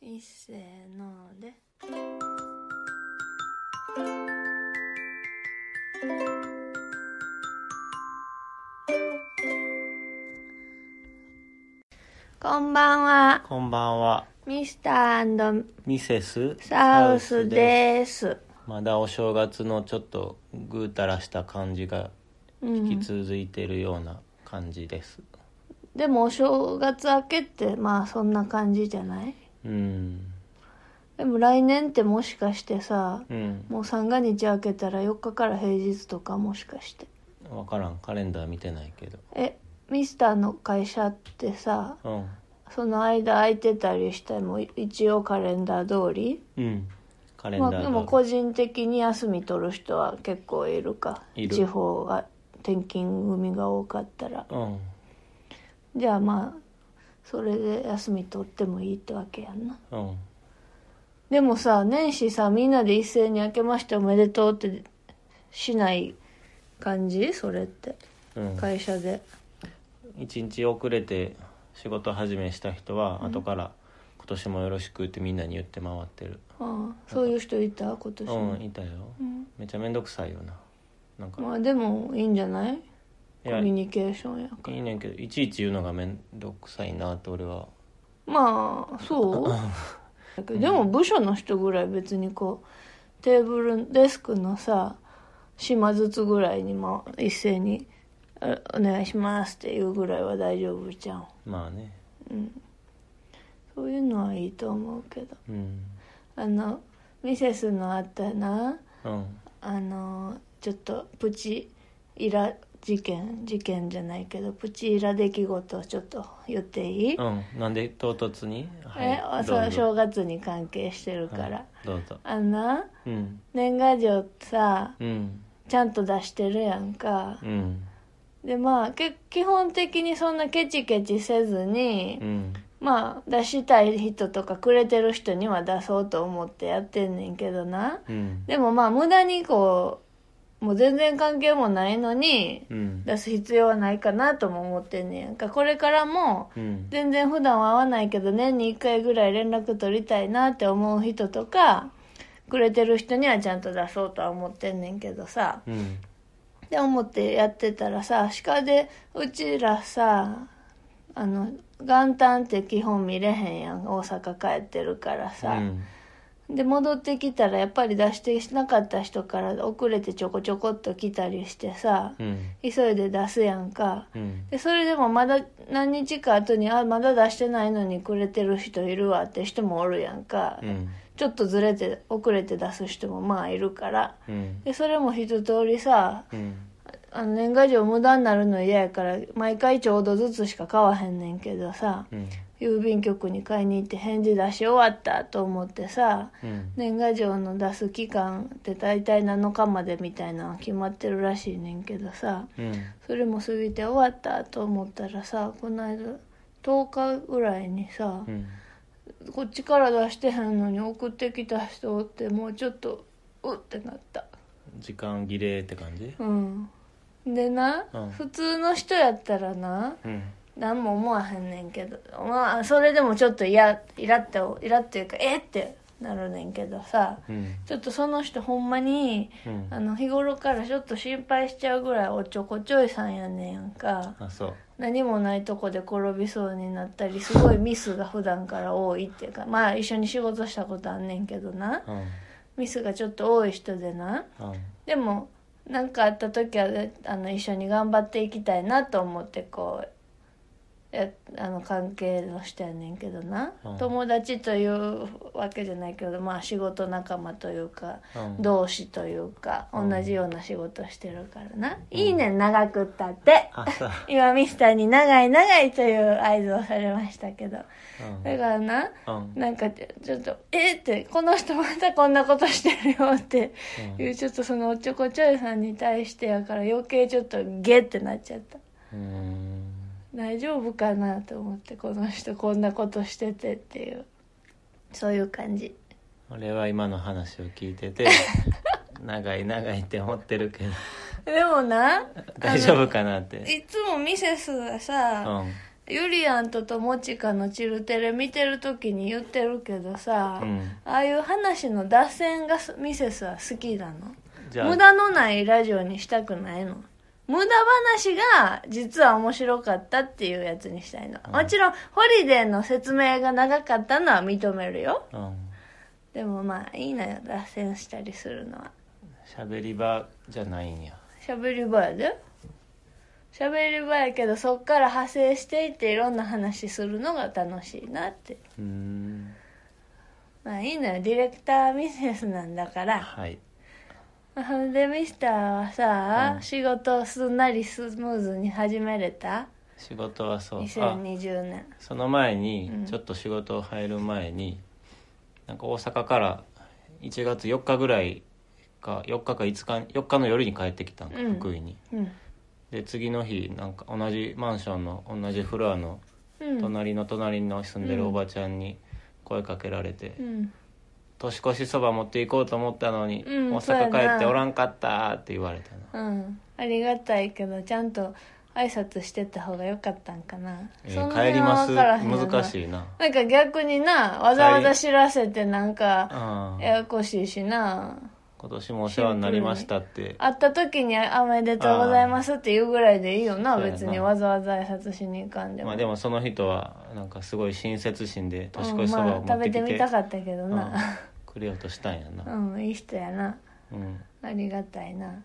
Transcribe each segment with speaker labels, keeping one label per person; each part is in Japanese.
Speaker 1: いっせーのでこんばんは
Speaker 2: こんばんは。
Speaker 1: ミスター
Speaker 2: ミセス
Speaker 1: サウスです
Speaker 2: まだお正月のちょっとぐうたらした感じが
Speaker 1: うん
Speaker 2: 引き続いてるような感じです。
Speaker 1: でもお正月明けってまあそんな感じじゃない
Speaker 2: うん。
Speaker 1: でも来年ってもしかしてさ
Speaker 2: うん。
Speaker 1: もう三が日明けたら4日から平日とかもしかして
Speaker 2: わからん。カレンダー見てないけど。
Speaker 1: えミスターの会社ってさ
Speaker 2: うん。
Speaker 1: その間空いてたりしても一応カレンダー通り
Speaker 2: うん。カレン
Speaker 1: ま
Speaker 2: ダ
Speaker 1: あ
Speaker 2: ーが、
Speaker 1: でも個人的に休み取る人は結構いるか
Speaker 2: いる
Speaker 1: 地方が転勤組が多かったら
Speaker 2: うん。
Speaker 1: じゃあまあそれで休み取ってもいいってわけやんな
Speaker 2: うん。
Speaker 1: でもさ年始さみんなで一斉に「明けましておめでとう」ってしない感じそれって
Speaker 2: うん。
Speaker 1: 会社で
Speaker 2: 一日遅れて仕事始めした人は後から今年もよろしくってみんなに言って回ってる。
Speaker 1: ああそういう人いた今年も
Speaker 2: うん、いたよ。
Speaker 1: うん
Speaker 2: めちゃめんどくさいよな。なんか、
Speaker 1: まあでもいいんじゃない
Speaker 2: い
Speaker 1: コミ
Speaker 2: や
Speaker 1: ュニケーションやから
Speaker 2: いいねんけどいちいち言うのがめんどくさいなって俺は
Speaker 1: まあそうだけどでも部署の人ぐらい別にこうテーブルデスクのさ島ずつぐらいにも一斉に「あお願いします」っていうぐらいは大丈夫じゃん
Speaker 2: まあね
Speaker 1: そういうのはいいと思うけど
Speaker 2: うん
Speaker 1: あのミセスのあったな
Speaker 2: うん
Speaker 1: あのちょっとプチイラ事件事件じゃないけどプチイラ出来事をちょっと言っていい、
Speaker 2: うんなんで唐突に
Speaker 1: えあ
Speaker 2: ど
Speaker 1: そう
Speaker 2: うぞ
Speaker 1: 正月に関係してるから、
Speaker 2: はいどうぞ
Speaker 1: あんな
Speaker 2: うん
Speaker 1: 年賀状さ
Speaker 2: うん
Speaker 1: ちゃんと出してるやんか
Speaker 2: う、ん
Speaker 1: でまあけ基本的にそんなケチケチせずに
Speaker 2: う、ん
Speaker 1: まあ出したい人とかくれてる人には出そうと思ってやってんねんけどな
Speaker 2: うん
Speaker 1: でもまあ無駄にこうもう全然関係もないのに
Speaker 2: うん
Speaker 1: 出す必要はないかなとも思ってんねやんかこれからも
Speaker 2: うん
Speaker 1: 全然普段は会わないけど年に1回ぐらい連絡取りたいなって思う人とかくれてる人にはちゃんと出そうとは思ってんねんけどさ
Speaker 2: うん
Speaker 1: で思ってやってたらさ鹿でうちらさあの元旦って基本見れへんやん大阪帰ってるから
Speaker 2: う
Speaker 1: さ、
Speaker 2: ん
Speaker 1: で戻ってきたらやっぱり出してしなかった人から遅れてちょこちょこっと来たりしてさ、
Speaker 2: うん
Speaker 1: 急いで出すやんか
Speaker 2: うん
Speaker 1: でそれでもまだ何日か後にあまだ出してないのにくれてる人いるわって人もおるやんか、
Speaker 2: うん
Speaker 1: ちょっとずれて遅れて出す人もまあいるから
Speaker 2: うん
Speaker 1: でそれも一通りさ
Speaker 2: うん
Speaker 1: あの年賀状無駄になるの嫌やから毎回ちょうどずつしか買わへんねんけどさ
Speaker 2: うん
Speaker 1: 郵便局に買いに行って返事出し終わったと思ってさ
Speaker 2: うん
Speaker 1: 年賀状の出す期間って大体7日までみたいなの決まってるらしいねんけどさ
Speaker 2: うん
Speaker 1: それも過ぎて終わったと思ったらさこの間10日ぐらいにさ
Speaker 2: うん
Speaker 1: こっちから出してへんのに送ってきた人おってもうちょっとうってなった。
Speaker 2: 時間切れって感じ
Speaker 1: うんでな、
Speaker 2: うん
Speaker 1: 普通の人やったらな
Speaker 2: うん
Speaker 1: 何も思わへんねんけどまあそれでもちょっと嫌イラってイラっていうかえってなるねんけどさ
Speaker 2: うん
Speaker 1: ちょっとその人ほんまに
Speaker 2: うん
Speaker 1: あの日頃からちょっと心配しちゃうぐらいおっちょこちょいさんやねんやんか
Speaker 2: あそう
Speaker 1: 何もないとこで転びそうになったりすごいミスが普段から多いっていうかまあ一緒に仕事したことあんねんけどな
Speaker 2: うん
Speaker 1: ミスがちょっと多い人でな
Speaker 2: う
Speaker 1: でも何かあった時はあの一緒に頑張っていきたいなと思ってこうやあの関係の人やねんけどな、
Speaker 2: うん
Speaker 1: 友達というわけじゃないけどまあ仕事仲間というか、
Speaker 2: んうん
Speaker 1: 同志というか
Speaker 2: うん
Speaker 1: 同じような仕事してるからな、いいねん長くったって
Speaker 2: あそう
Speaker 1: 今ミスターに「長い長い」という合図をされましたけど
Speaker 2: うん
Speaker 1: だからな
Speaker 2: うん
Speaker 1: なんかちょちょっと「えっ?」って「この人またこんなことしてるよ」っていうちょっとそのおっちょこちょいさんに対してやから余計ちょっとゲってなっちゃった
Speaker 2: うん
Speaker 1: 大丈夫かなと思ってこの人こんなことしててっていうそういう感じ
Speaker 2: 俺は今の話を聞いて て長い長いって思ってるけど
Speaker 1: でもな
Speaker 2: 大丈夫かなって
Speaker 1: いつもミセスがさ、
Speaker 2: うん
Speaker 1: ゆりやんとともちかのチルテレ見てる時に言ってるけどさ、
Speaker 2: うん
Speaker 1: ああいう話の脱線がすミセスは好きなの
Speaker 2: じゃあ
Speaker 1: 無駄のないラジオにしたくないの無駄話が実は面白かったっていうやつにしたいの、もちろんホリデーの説明が長かったのは認めるよ
Speaker 2: うん
Speaker 1: でもまあいいのよ脱線したりするのは
Speaker 2: 喋り場じゃないんや
Speaker 1: 喋り場やで喋り場やけどそっから派生していっていろんな話するのが楽しいなって
Speaker 2: うーん
Speaker 1: まあいいのよディレクターミセスなんだから
Speaker 2: はい
Speaker 1: ほんでミスターはさ、
Speaker 2: うん
Speaker 1: 仕事をすんなりスムーズに始めれた
Speaker 2: 仕事はそうあ
Speaker 1: 2020年
Speaker 2: その前に、
Speaker 1: うん
Speaker 2: ちょっと仕事を入る前になんか大阪から1月4日ぐらいか4日か5日4日の夜に帰ってきたの、
Speaker 1: うん
Speaker 2: 福井に
Speaker 1: うん
Speaker 2: で次の日なんか同じマンションの同じフロアの
Speaker 1: うん
Speaker 2: 隣の隣の住んで
Speaker 1: う
Speaker 2: る
Speaker 1: ん
Speaker 2: おばちゃんに声かけられて、
Speaker 1: うん
Speaker 2: 年越しそば持って行こうと思ったのに、
Speaker 1: うん
Speaker 2: 大
Speaker 1: そうや
Speaker 2: 阪
Speaker 1: な
Speaker 2: 帰っておらんかったって言われたな
Speaker 1: うんありがたいけどちゃんと挨拶してた方がよかったんかな、
Speaker 2: えー
Speaker 1: その辺
Speaker 2: 帰ります
Speaker 1: は分からへん
Speaker 2: 難
Speaker 1: い
Speaker 2: しいな
Speaker 1: なんか逆になわざわざ知らせてなんか
Speaker 2: あ
Speaker 1: ややこしいしな
Speaker 2: 今年もお世話になりましたって
Speaker 1: 会った時に「あおめでとうございます」っていうぐらいでいいよな
Speaker 2: あー
Speaker 1: 別
Speaker 2: そうや
Speaker 1: に
Speaker 2: な
Speaker 1: わざわざ挨拶しに行かんでも,う
Speaker 2: まあ
Speaker 1: ん、
Speaker 2: でもその人はなんかすごい親切心で年越しそ
Speaker 1: ま
Speaker 2: ばを
Speaker 1: あ
Speaker 2: 持
Speaker 1: 食
Speaker 2: っ
Speaker 1: べ
Speaker 2: てきて,、
Speaker 1: てみたかったけどな
Speaker 2: うんくれようとしたんや
Speaker 1: う
Speaker 2: な、
Speaker 1: ん、いい人やな
Speaker 2: うんうん
Speaker 1: ありがたいな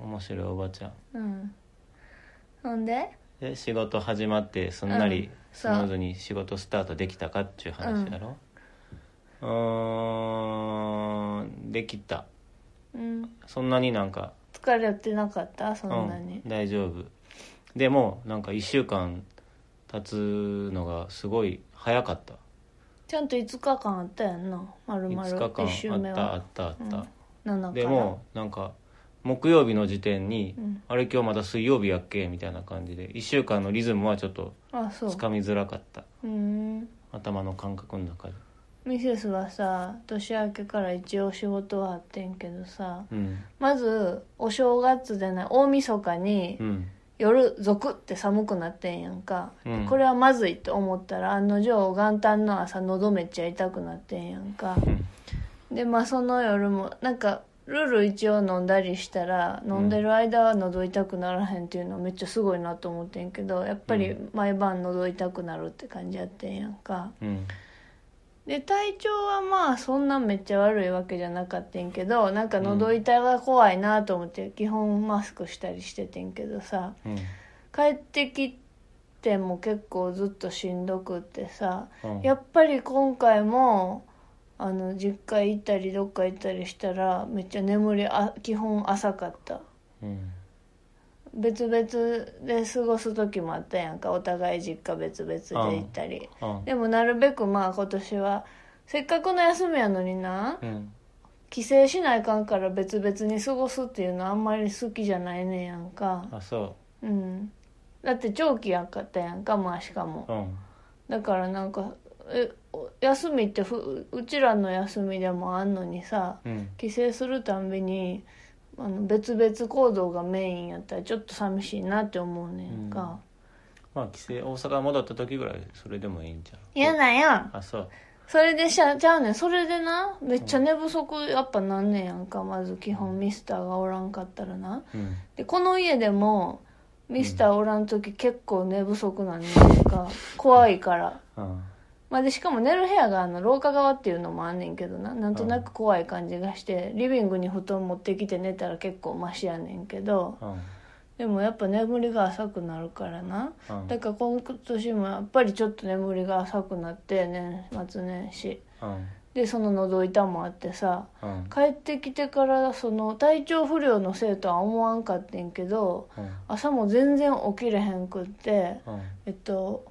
Speaker 2: 面白いおばちゃん
Speaker 1: うんほんで
Speaker 2: で仕事始まってすんな
Speaker 1: うん
Speaker 2: りス
Speaker 1: そう
Speaker 2: ムーズに仕事スタートできたかっちゅう話やろうーんできた
Speaker 1: うん
Speaker 2: そんなになんか
Speaker 1: 疲れてなかったそんなに
Speaker 2: うん、大丈夫でもなんか1週間経つのがすごい早かった
Speaker 1: ちゃんと5日間あったやんな丸々
Speaker 2: 5
Speaker 1: 1
Speaker 2: 日
Speaker 1: 週
Speaker 2: 間
Speaker 1: 目
Speaker 2: あったあ
Speaker 1: は
Speaker 2: ったあった、
Speaker 1: 7から
Speaker 2: でもなんか木曜日の時点に、
Speaker 1: うん
Speaker 2: あれ今日また水曜日やっけみたいな感じで1週間のリズムはちょっと
Speaker 1: あそう
Speaker 2: つかみづらかった
Speaker 1: うん
Speaker 2: 頭の感覚の中で
Speaker 1: ミセスはさ年明けから一応仕事はあってんけどさ
Speaker 2: うん
Speaker 1: まずお正月じゃない大晦日に
Speaker 2: うん
Speaker 1: 夜ゾクって寒くなってんやんか、
Speaker 2: うん
Speaker 1: これはまずいと思ったら案の定元旦の朝喉めっちゃ痛くなってんやんか
Speaker 2: うん
Speaker 1: でまあその夜もなんかルール一応飲んだりしたら飲んでる間は喉痛くならへんっていうのはめっちゃすごいなと思ってんけどやっぱり毎晩喉痛くなるって感じやってんやんか
Speaker 2: うん
Speaker 1: で体調はまあそんなめっちゃ悪いわけじゃなかったんけどなんか喉痛が怖いなと思って基本マスクしたりしててんけどさ
Speaker 2: うん
Speaker 1: 帰ってきても結構ずっとしんどくってさ
Speaker 2: うん
Speaker 1: やっぱり今回もあの実家行ったりどっか行ったりしたらめっちゃ眠りあ基本浅かった
Speaker 2: うん
Speaker 1: 別々で過ごす時もあったやんかお互い実家別々で行ったり
Speaker 2: あ
Speaker 1: でもなるべくまあ今年はせっかくの休みやのにな
Speaker 2: うん
Speaker 1: 帰省しないかんから別々に過ごすっていうのあんまり好きじゃないねんやんか
Speaker 2: あそ
Speaker 1: うんだって長期やんかったやんかまあしかも
Speaker 2: ううん
Speaker 1: だからなんかえお休みってふうちらの休みでもあんのにさ
Speaker 2: うん
Speaker 1: 帰省するたんびにあの別々行動がメインやったらちょっと寂しいなって思うねんか、
Speaker 2: まあ帰省大阪戻った時ぐらいそれでもいいんじゃん
Speaker 1: 嫌なんや
Speaker 2: あそう
Speaker 1: それでしゃちゃうねんそれでなめっちゃ寝不足やっぱなんねんやんかまず基本ミスターがおらんかったらな
Speaker 2: うん
Speaker 1: でこの家でもミスターおらん時結構寝不足なんねんか怖いから
Speaker 2: うん
Speaker 1: まあ、でしかも寝る部屋があの廊下側っていうのもあんねんけどななんとなく怖い感じがして、リビングに布団持ってきて寝たら結構マシやねんけど
Speaker 2: うん
Speaker 1: でもやっぱ眠りが浅くなるからな
Speaker 2: うん
Speaker 1: だから今年もやっぱりちょっと眠りが浅くなって年末年始
Speaker 2: うん
Speaker 1: でその喉痛もあってさ
Speaker 2: うん
Speaker 1: 帰ってきてからその体調不良のせいとは思わんかってんけど
Speaker 2: うん
Speaker 1: 朝も全然起きれへんくって
Speaker 2: うん
Speaker 1: えっと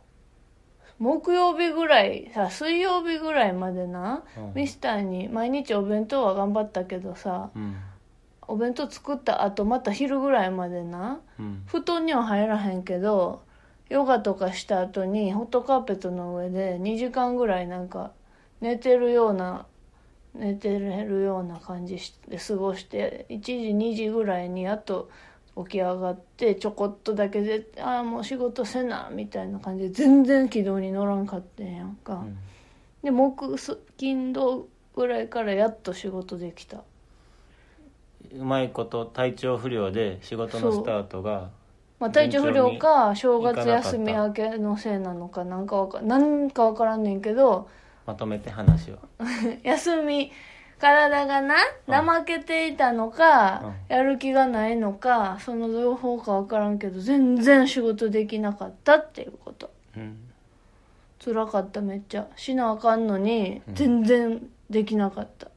Speaker 1: 木曜日ぐらいさ水曜日ぐらいまでな、
Speaker 2: うん
Speaker 1: ミスターに毎日お弁当は頑張ったけどさ
Speaker 2: うん
Speaker 1: お弁当作った後また昼ぐらいまでな
Speaker 2: うん
Speaker 1: 布団には入らへんけどヨガとかした後にホットカーペットの上で2時間ぐらいなんか寝てるような寝てるような感じで過ごして1時2時ぐらいにあと起き上がってちょこっとだけで「ああもう仕事せな」みたいな感じで全然軌道に乗らんかってんやんか、
Speaker 2: うん
Speaker 1: で木金土ぐらいからやっと仕事できた
Speaker 2: うまいこと体調不良で仕事のスタートが
Speaker 1: まあ、体調不良か正月休み明けのせいなのかなんかわかなんかわからんねんけど
Speaker 2: まとめて話を
Speaker 1: 休み体がな怠けていたのか、やる気がないのかその両方かわからんけど全然仕事できなかったっていうこと
Speaker 2: うん
Speaker 1: 辛かっためっちゃしなあかんのに全然できなかった、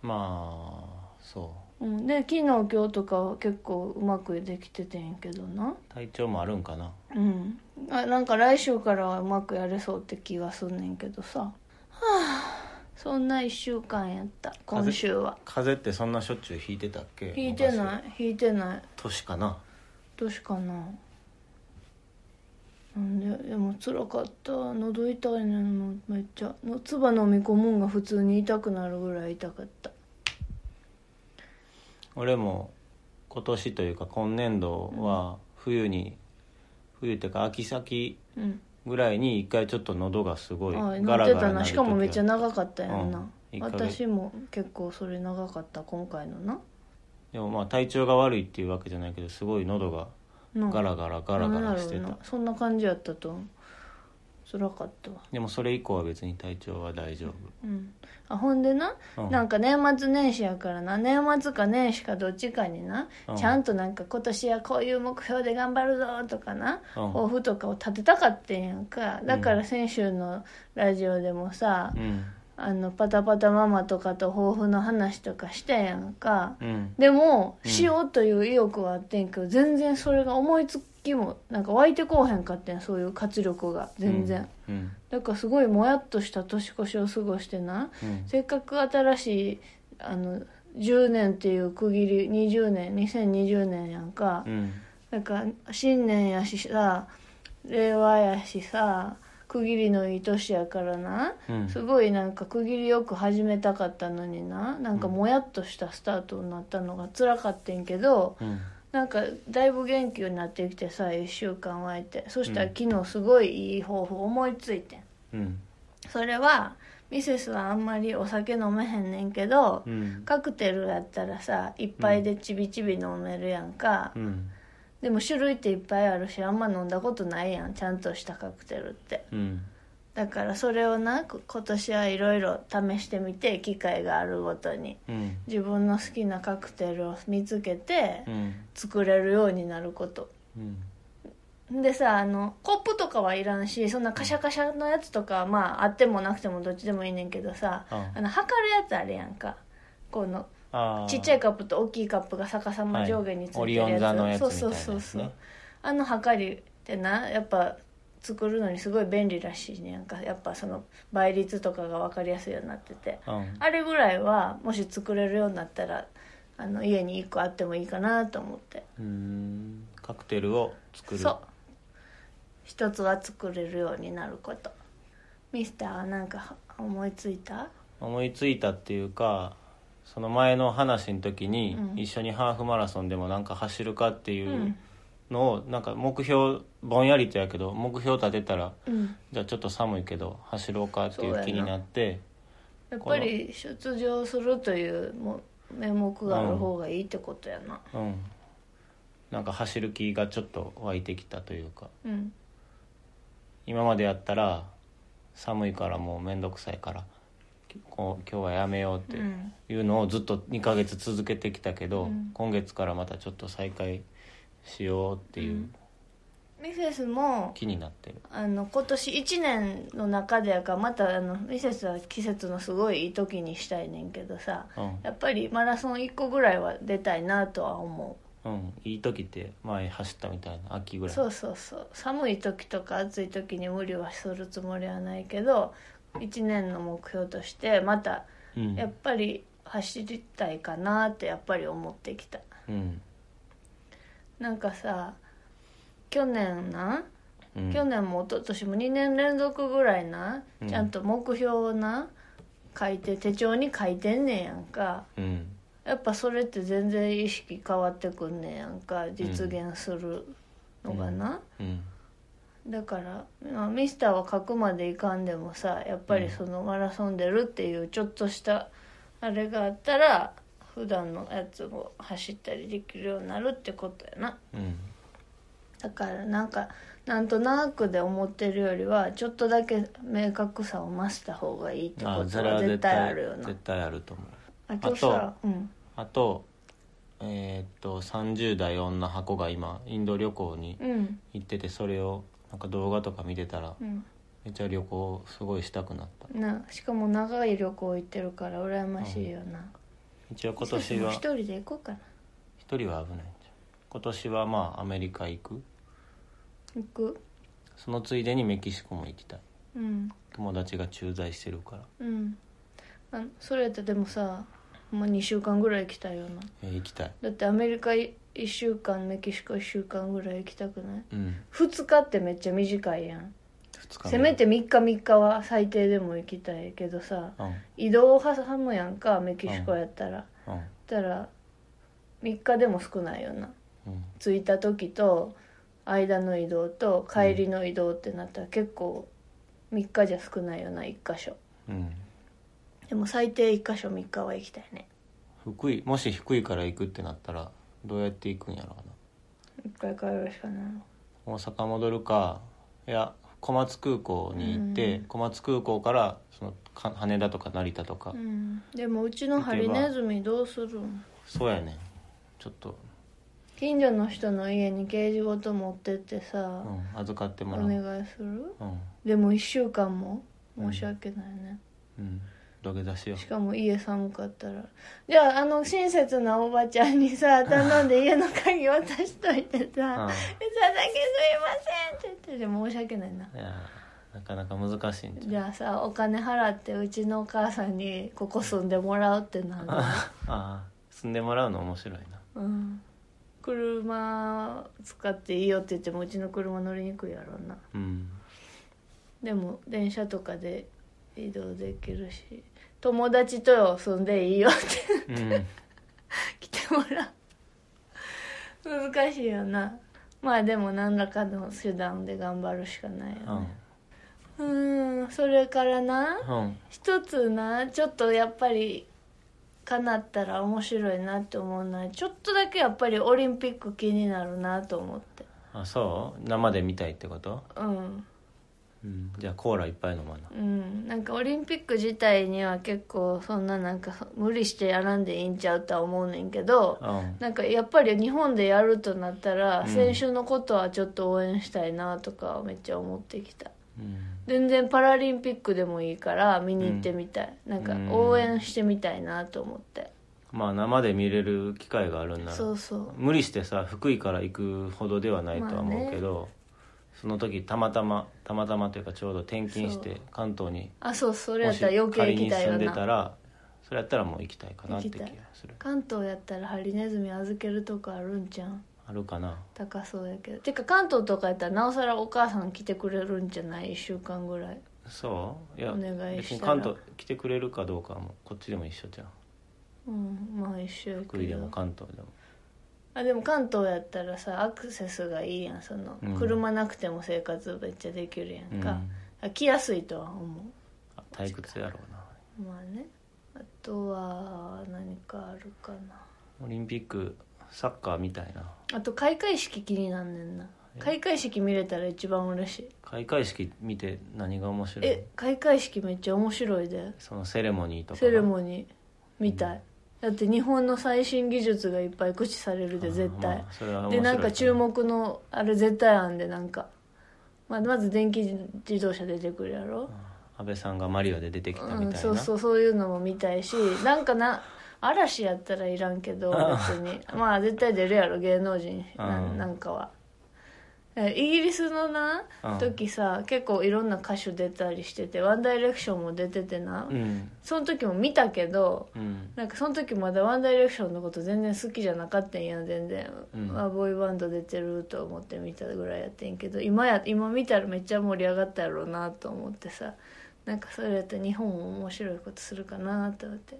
Speaker 2: まあそ
Speaker 1: うん、で昨日今日とかは結構うまくできててんやけどな
Speaker 2: う体調もあるんかな
Speaker 1: うんあなんか来週からはうまくやれそうって気がすんねんけどさはあそんな1週間やった
Speaker 2: 風
Speaker 1: 今週は
Speaker 2: 風邪ってそんなしょっちゅう引いてたっけ
Speaker 1: 引いて
Speaker 2: 昔
Speaker 1: ない引いてない
Speaker 2: 年かな
Speaker 1: 年かななんででも辛かった喉痛いねんもうめっちゃの唾飲み込むんが普通に痛くなるぐらい痛かった
Speaker 2: 俺も今年というか今年度は冬に、冬っていうか秋先
Speaker 1: うん
Speaker 2: ぐらいに一回ちょっと喉がすごい
Speaker 1: ああな
Speaker 2: ガ
Speaker 1: っ
Speaker 2: ラ
Speaker 1: て
Speaker 2: ガラ
Speaker 1: た
Speaker 2: な
Speaker 1: な
Speaker 2: る
Speaker 1: しかもめっちゃ
Speaker 2: 時あ
Speaker 1: 長かったやんな、
Speaker 2: うん一ヶ月
Speaker 1: 私も結構それ長かった今回のな
Speaker 2: でもまあ体調が悪いっていうわけじゃないけどすごい喉が
Speaker 1: な
Speaker 2: ガラガラガラガラして
Speaker 1: なんやろ
Speaker 2: た
Speaker 1: うなそんな感じやったと思う辛かったわ
Speaker 2: でもそれ以降は別に体調は大丈
Speaker 1: うんあほんでな、
Speaker 2: 夫、うん、
Speaker 1: なんか年末年始やからな年末か年始かどっちかにな、
Speaker 2: うん
Speaker 1: ちゃんとなんか今年はこういう目標で頑張るぞとかな、
Speaker 2: うん
Speaker 1: 抱負とかを立てたかってんやんかだから先週のラジオでもさ、
Speaker 2: うん
Speaker 1: あのパタパタママとかと抱負の話とかしてんやんか、
Speaker 2: うん
Speaker 1: でも、
Speaker 2: うん
Speaker 1: しようという意欲はあってんけど全然それが思いつきもなんか湧いてこうへんかってんそういう活力が全然、
Speaker 2: うん
Speaker 1: だからすごいもやっとした年越しを過ごしてな
Speaker 2: うん
Speaker 1: せっかく新しいあの10年っていう区切り20年2020年やんか、
Speaker 2: うん
Speaker 1: だから新年やしさ令和やしさ区切りのいい年やからな
Speaker 2: うん
Speaker 1: すごいなんか区切りよく始めたかったのにななんかもやっとしたスタートになったのが辛かってんけど
Speaker 2: うん
Speaker 1: なんかだいぶ元気になってきてさ1週間湧いてそしたら
Speaker 2: うん
Speaker 1: 昨日すごいいい方法思いついてん
Speaker 2: うん
Speaker 1: それはミセスはあんまりお酒飲めへんねんけど
Speaker 2: うん
Speaker 1: カクテルやったらさ一杯でちびちび飲めるやんか
Speaker 2: うん
Speaker 1: でも種類っていっぱいあるしあんま飲んだことないやんちゃんとしたカクテルって
Speaker 2: うん
Speaker 1: だからそれをなこ今年はいろいろ試してみて機会があるごとに
Speaker 2: うん
Speaker 1: 自分の好きなカクテルを見つけて
Speaker 2: うん
Speaker 1: 作れるようになること
Speaker 2: うん
Speaker 1: でさあのコップとかはいらんしそんなカシャカシャのやつとかはまああってもなくてもどっちでもいいねんけどさ
Speaker 2: あ
Speaker 1: あの測るやつあるやんかこの
Speaker 2: あー
Speaker 1: ちっちゃいカップと大きいカップが逆さま上下についてるやつ、
Speaker 2: はいオリオン座のやつみたいな
Speaker 1: そ
Speaker 2: やつね
Speaker 1: うそうそうそうあのはかりってなやっぱ作るのにすごい便利らしいねなんかやっぱその倍率とかが分かりやすいようになってて
Speaker 2: うん
Speaker 1: あれぐらいはもし作れるようになったらあの家に1個あってもいいかなと思って
Speaker 2: うーんカクテルを作る
Speaker 1: そう一つは作れるようになることミスターはなんか思いついた
Speaker 2: 思いついたっていうかその前の話の時に、
Speaker 1: うん
Speaker 2: 一緒にハーフマラソンでもなんか走るかっていううんのを、なんか目標ぼんやりとやけど目標立てたら
Speaker 1: うん
Speaker 2: じゃあちょっと寒いけど走ろうかっていう気になって
Speaker 1: やっぱり出場するというも名目がある方がいいってことやな
Speaker 2: うんなんか走る気がちょっと湧いてきたというか
Speaker 1: うん
Speaker 2: 今までやったら寒いからもう面倒くさいからこう今日はやめようっ
Speaker 1: う
Speaker 2: て
Speaker 1: ん
Speaker 2: いうのをずっと2ヶ月続けてきたけど、
Speaker 1: うん
Speaker 2: 今月からまたちょっと再開しようっていう
Speaker 1: ミセスも
Speaker 2: 気になってる、
Speaker 1: あの今年1年の中でやからまたあのミセスは季節のすごいいい時にしたいねんけどさ
Speaker 2: うん
Speaker 1: やっぱりマラソン1個ぐらいは出たいなとは思
Speaker 2: うん、いい時って前走ったみたいな秋ぐ
Speaker 1: う
Speaker 2: らい
Speaker 1: そうそうそう寒い時とか暑い時に無理はするつもりはないけど1年の目標としてまた
Speaker 2: うん
Speaker 1: やっぱり走りたいかなってやっぱり思ってきた
Speaker 2: うん
Speaker 1: なんかさ去年な、
Speaker 2: うん
Speaker 1: 去年も一昨年も2年連続ぐらいな、
Speaker 2: うん
Speaker 1: ちゃんと目標をな書いて手帳に書いてんねんやんか
Speaker 2: うん
Speaker 1: やっぱそれって全然意識変わってくんねやんか実現するのがな、
Speaker 2: うん
Speaker 1: だから、まあ、ミスターは書くまでいかんでもさやっぱりそのマラソン出るっていうちょっとしたあれがあったら普段のやつも走ったりできるようになるってことやな
Speaker 2: うん
Speaker 1: だからなんかなんとなくで思ってるよりはちょっとだけ明確さを増した方がいいってこ
Speaker 2: あ
Speaker 1: と
Speaker 2: それ
Speaker 1: は
Speaker 2: は
Speaker 1: 絶
Speaker 2: 絶
Speaker 1: 対
Speaker 2: 対
Speaker 1: あるよな
Speaker 2: 絶対あると思う
Speaker 1: あとさうん
Speaker 2: あとえーっと30代女箱が今インド旅行に
Speaker 1: うん
Speaker 2: 行っててそれをなんか動画とか見てたら
Speaker 1: うん
Speaker 2: めっちゃ旅行すごいしたくなった
Speaker 1: なしかも長い旅行行ってるから羨ましいよな、
Speaker 2: 一応今 年
Speaker 1: もう
Speaker 2: は
Speaker 1: 一
Speaker 2: 一
Speaker 1: 人で行こうかな
Speaker 2: 人は危ないんじゃん今年はまあアメリカ行く
Speaker 1: 行く
Speaker 2: そのついでにメキシコも行きたい
Speaker 1: うん
Speaker 2: 友達が駐在してるから、
Speaker 1: うんあのそれやってでもさほんま2週間ぐらい行きたいよな
Speaker 2: えー行きたい
Speaker 1: だってアメリカ1週間メキシコ1週間ぐらい行きたくない
Speaker 2: うん
Speaker 1: 2日ってめっちゃ短いやん
Speaker 2: 2日目
Speaker 1: せめて3日3日は最低でも行きたいけどさ
Speaker 2: うんうん
Speaker 1: 移動を挟むやんかメキシコやったら、だったら3日でも少ないよな
Speaker 2: うん
Speaker 1: 着いた時と間の移動と帰りの移動ってなったら結構3日じゃ少ないよな1箇所
Speaker 2: うん
Speaker 1: でも最低1箇所3日は行きたいね
Speaker 2: 福井もし福井から行くってなったらどうやって行くんやろうな
Speaker 1: 1回帰るしかないの
Speaker 2: 大阪戻るかいや小松空港に行って、
Speaker 1: うん
Speaker 2: 小松空港からそのか羽田とか成田とか、
Speaker 1: うんでもうちのハリネズミどうするん
Speaker 2: そうやねんちょっと、
Speaker 1: 近所の人の家にケージごと持ってって
Speaker 2: う
Speaker 1: さ、
Speaker 2: ん、預かってもらう、
Speaker 1: お
Speaker 2: うん
Speaker 1: 願いするでも1週間も申し訳ないね、
Speaker 2: うん、土下座しよ
Speaker 1: しかも家寒かったらじゃああの親切なおばちゃんにさ頼んで家の鍵渡しといてさ「佐
Speaker 2: う、
Speaker 1: 々木すいません」って言ってで申し訳ないな
Speaker 2: うん、いやなかなか難しいんじゃん
Speaker 1: じゃあさお金払ってうちのお母さんにここ住んでもらうってなる
Speaker 2: ああ住んでもらうの面白いな
Speaker 1: うん車使っていいよって言ってもうちの車乗りにくいやろうな
Speaker 2: うん
Speaker 1: でも電車とかで移動できるし友達と住んでいいよって
Speaker 2: うん
Speaker 1: 来てもらう難しいよなまあでも何らかの手段で頑張るしかないよねうーんそれからな
Speaker 2: うんうん
Speaker 1: 一つなちょっとやっぱりかなったら面白いなって思うのはちょっとだけやっぱりオリンピック気になるなと思って
Speaker 2: あそう生で見たいってこと、
Speaker 1: うん
Speaker 2: うん、じゃあコーラいっぱい飲まな
Speaker 1: うんなんかオリンピック自体には結構そんななんか無理してやらんでいいんちゃうとは思うねんけど
Speaker 2: うん
Speaker 1: なんかやっぱり日本でやるとなったら
Speaker 2: うん
Speaker 1: 選手のことはちょっと応援したいなとかめっちゃ思ってきた
Speaker 2: うん
Speaker 1: 全然パラリンピックでもいいから見に行ってみたい、なんか
Speaker 2: うん
Speaker 1: 応援してみたいなと思って、
Speaker 2: まあ生で見れる機会があるんなら
Speaker 1: そうそう
Speaker 2: 無理してさ福井から行くほどではないとは思うけど、その時たまたまたまたまというかちょうど転勤し
Speaker 1: そ
Speaker 2: て関東に
Speaker 1: あそうそれ
Speaker 2: も
Speaker 1: やっ
Speaker 2: した
Speaker 1: ら余計
Speaker 2: 仮
Speaker 1: 行き
Speaker 2: に
Speaker 1: たい
Speaker 2: 住
Speaker 1: よ
Speaker 2: んでた
Speaker 1: な
Speaker 2: らそれやったらもう行きたいかなって気
Speaker 1: 行
Speaker 2: が
Speaker 1: きたい
Speaker 2: する
Speaker 1: 関東やったらハリネズミ預けるとこあるんじゃん
Speaker 2: あるかな
Speaker 1: 高そうやけどてか関東とかやったらなおさらお母さん来てくれるんじゃない1週間ぐらい
Speaker 2: そういや
Speaker 1: お願いしたら
Speaker 2: 別に関東来てくれるかどうかはもうこっちでも一緒じゃん
Speaker 1: うんまあ一緒や
Speaker 2: 福
Speaker 1: け
Speaker 2: 井でも
Speaker 1: ど
Speaker 2: 関東でも
Speaker 1: あでも関東やったらさアクセスがいいやんその、
Speaker 2: うん
Speaker 1: 車なくても生活めっちゃできるや
Speaker 2: うんん
Speaker 1: か、あ来やすいとは思
Speaker 2: あ退屈やろうな
Speaker 1: うまあねあとは何かあるかな
Speaker 2: オリンピックサッカーみたいな
Speaker 1: あと開会式気になんねんな
Speaker 2: え
Speaker 1: 開会式見れたら一番嬉しい
Speaker 2: 開会式見て何が面白い
Speaker 1: え開会式めっちゃ面白いで
Speaker 2: そのセレモニーとか
Speaker 1: セレモニーみたい、だって日本の最新技術がいっぱい駆使されるで絶
Speaker 2: あ
Speaker 1: 対
Speaker 2: まあそれは面
Speaker 1: で
Speaker 2: 白い
Speaker 1: なんか注目のあれ絶対あんでなんか、まあ、まず電気自動車出てくるやろ、
Speaker 2: 安倍さんがマリオで出てきたみたいな、
Speaker 1: うん、そうそうそういうのも見たいしなんかな嵐やったらいらんけ ど別にまあ絶対出るやろ芸能人な
Speaker 2: うん
Speaker 1: なんかはえイギリスのな
Speaker 2: うん
Speaker 1: 時さ結構いろんな歌手出たりしててワンダイレクションも出ててな
Speaker 2: うん
Speaker 1: その時も見たけど
Speaker 2: うん
Speaker 1: なんかその時まだワンダイレクションのこと全然好きじゃなかったんや全然、
Speaker 2: うん
Speaker 1: あボーイバンド出てると思って見たぐらいやってんけど今や今見たらめっちゃ盛り上がったやろうなと思ってさなんかそれやったら日本も面白いことするかなと思って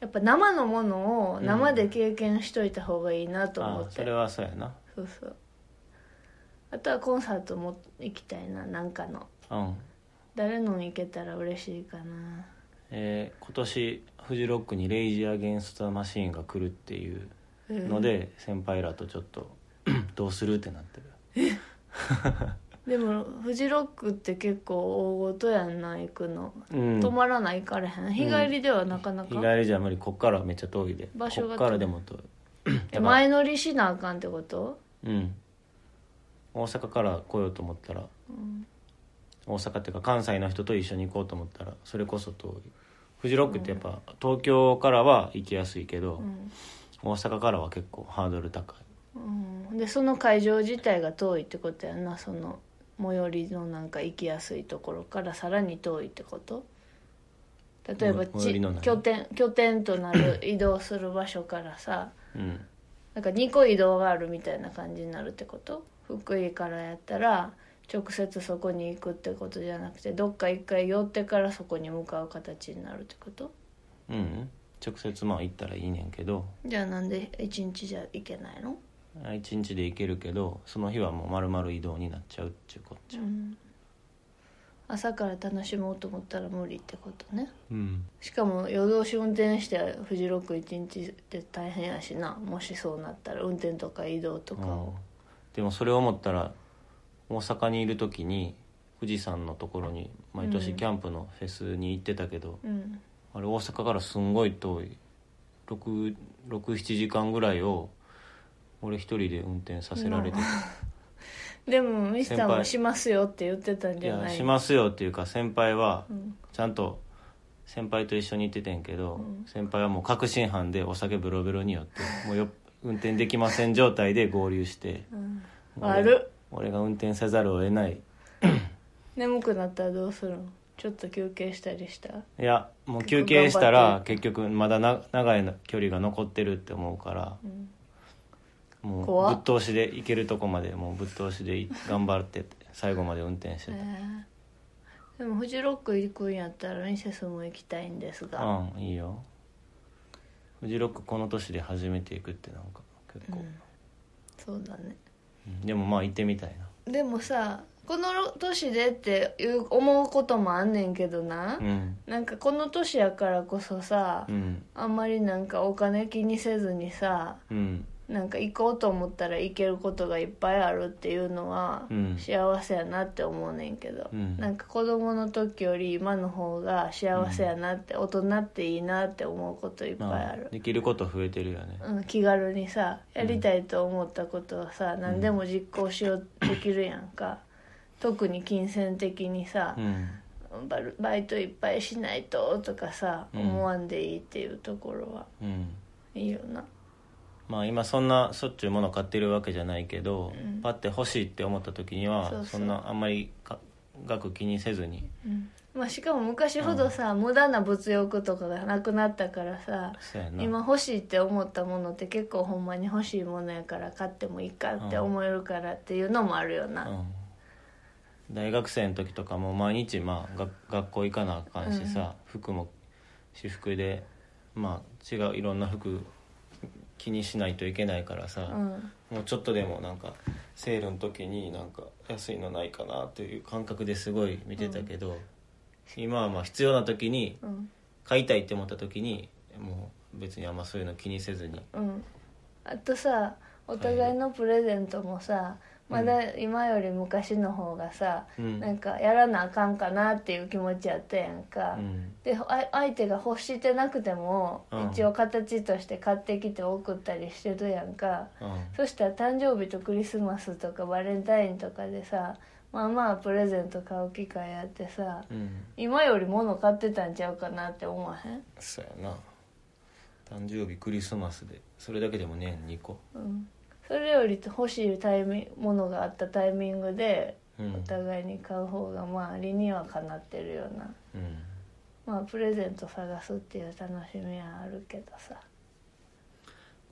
Speaker 1: やっぱ生のものを生で経験しといた方がいいなと思
Speaker 2: あ
Speaker 1: って、
Speaker 2: それはそうやな
Speaker 1: そうそうあとはコンサートも行きたいななんかの
Speaker 2: うん
Speaker 1: 誰の行けたら嬉しいかな
Speaker 2: えー今年フジロックに「レイジ・アゲンスト・ザ・マシーン」が来るっていう
Speaker 1: うん
Speaker 2: ので、先輩らとちょっと どうするってなってる
Speaker 1: でもフジロックって結構大ごとやんな行くの、
Speaker 2: うん
Speaker 1: 泊まらないからへん日帰りではなかな
Speaker 2: 日帰
Speaker 1: か、
Speaker 2: りじゃ無理こっからめっちゃ遠いで
Speaker 1: 場所が
Speaker 2: こっからでも遠い
Speaker 1: え前乗りしなあかんってこと
Speaker 2: うん大阪から来ようと思ったら、大阪っていうか関西の人と一緒に行こうと思ったらそれこそ遠いフジロックってやっぱ、東京からは行きやすいけど、
Speaker 1: うん、
Speaker 2: 大阪からは結構ハードル高い
Speaker 1: うん、でその会場自体が遠いってことやんなその最寄りのなんか行きやすいところからさらに遠いってこと例えば
Speaker 2: 最寄りの
Speaker 1: ち
Speaker 2: 何
Speaker 1: 拠点拠点となる移動する場所からさ
Speaker 2: うん
Speaker 1: なんか2個移動があるみたいな感じになるってこと福井からやったら直接そこに行くってことじゃなくてどっか一回寄ってからそこに向かう形になるってこと
Speaker 2: うん直接まあ行ったらいいねんけど
Speaker 1: じゃあなんで1日じゃ行けないの、
Speaker 2: 1日で行けるけどその日はもう丸々移動になっちゃうっちゅうこっちゃ
Speaker 1: うん朝から楽しもうと思ったら無理ってことね
Speaker 2: うん
Speaker 1: しかも夜通し運転してフジロック1日って大変やしなもしそうなったら運転とか移動とかを
Speaker 2: でもそれを思ったら大阪にいる時に富士山のところに毎
Speaker 1: う
Speaker 2: 年
Speaker 1: ん
Speaker 2: キャンプのフェスに行ってたけど、
Speaker 1: うん
Speaker 2: あれ大阪からすんごい遠い67時間ぐらいを俺一人で運転させられてた、
Speaker 1: でもミスターも
Speaker 2: 先輩
Speaker 1: しますよって言ってたん
Speaker 2: い
Speaker 1: じゃ
Speaker 2: や
Speaker 1: ない
Speaker 2: しますよっていうか先輩は
Speaker 1: うん
Speaker 2: ちゃんと先輩と一緒に行っててんけど、先輩はもう確信犯でお酒ベロベロによってもうよ運転できません状態で合流して
Speaker 1: うん
Speaker 2: 俺
Speaker 1: 悪っ
Speaker 2: 俺が運転せざるを得ない
Speaker 1: 眠くなったらどうするのちょっと休憩したりした
Speaker 2: いやもう休憩したら
Speaker 1: 頑張って
Speaker 2: 結局まだな長いの距離が残ってるって思うから、
Speaker 1: ん
Speaker 2: も
Speaker 1: 怖
Speaker 2: う
Speaker 1: っ
Speaker 2: ぶっ通しで行けるとこまでもうぶっ通しでい頑張ってって最後まで運転して
Speaker 1: え
Speaker 2: た、
Speaker 1: でもフジロック行くんやったらミセスも行きたいんですが、
Speaker 2: うんいいよフジロックこの年で初めて行くってなんか結構、
Speaker 1: そうだね
Speaker 2: うんでもまあ行ってみたい
Speaker 1: でもさこの年でっていう思うこともあんねんけどな、
Speaker 2: なうん
Speaker 1: なんかこの年やからこそさ、
Speaker 2: うん
Speaker 1: あんまりなんかお金気にせずにさ
Speaker 2: うん
Speaker 1: なんか行こうと思ったら行けることがいっぱいあるっていうのは
Speaker 2: うん
Speaker 1: 幸せやなって思うねんけど、
Speaker 2: うん
Speaker 1: なんか子供の時より今の方が幸せやなって、大人っていいなって思うこといっぱいあ
Speaker 2: まあ
Speaker 1: る、
Speaker 2: できること増えてるよね
Speaker 1: うん、気軽にさやりたいと思ったことをさ、何でも実行しようできるやんか特に金銭的にさ、
Speaker 2: うん
Speaker 1: バルバイトいっぱいしないととかさ、
Speaker 2: うん
Speaker 1: 思わんでいいっていうところは
Speaker 2: うん
Speaker 1: いいよな
Speaker 2: まあ今そんなしょっちゅう物買ってるわけじゃないけど、
Speaker 1: うん
Speaker 2: パッて欲しいって思った時には
Speaker 1: そ
Speaker 2: そう
Speaker 1: そうん
Speaker 2: なあんまりか額気にせずに
Speaker 1: うんまあ、しかも昔ほどさ、無駄な物欲とかがなくなったからさ
Speaker 2: そうやな
Speaker 1: 今欲しいって思ったものって結構ほんまに欲しいものやから買ってもいいかって思えるからっていうのもあるよ
Speaker 2: う
Speaker 1: な、
Speaker 2: ん、大学生の時とかも毎日まあが学校行かなあかんしさ、服も私服でまあ違ういろんな服気にしないといけないからさ、
Speaker 1: うん
Speaker 2: もうちょっとでもなんかセールの時になんか安いのないかなっていう感覚ですごい見てたけど、今はまあ必要な時に
Speaker 1: うん
Speaker 2: 買いたいって思った時にもう別にあんまそういうの気にせずに
Speaker 1: うん、あとさお互いのプレゼントもさまだ今より昔の方がさ、
Speaker 2: うん
Speaker 1: なんかやらなあかんかなっていう気持ちやったやんか、
Speaker 2: うん
Speaker 1: であ相手が欲してなくても、
Speaker 2: うん
Speaker 1: 一応形として買ってきて送ったりしてるやんか
Speaker 2: う
Speaker 1: そしたら誕生日とクリスマスとかバレンタインとかでさまあまあプレゼント買う機会あってさ
Speaker 2: ん、うん、
Speaker 1: 今より物買ってたんちゃうかなって思わへん、
Speaker 2: そうやな誕生日クリスマスでそれだけでも年2個
Speaker 1: うん、それより欲しいタイミングものがあったタイミングで
Speaker 2: うん、う
Speaker 1: お
Speaker 2: ん、
Speaker 1: 互いに買う方がまあ理にはかなってるようなまあプレゼント探すっていう楽しみはあるけどさ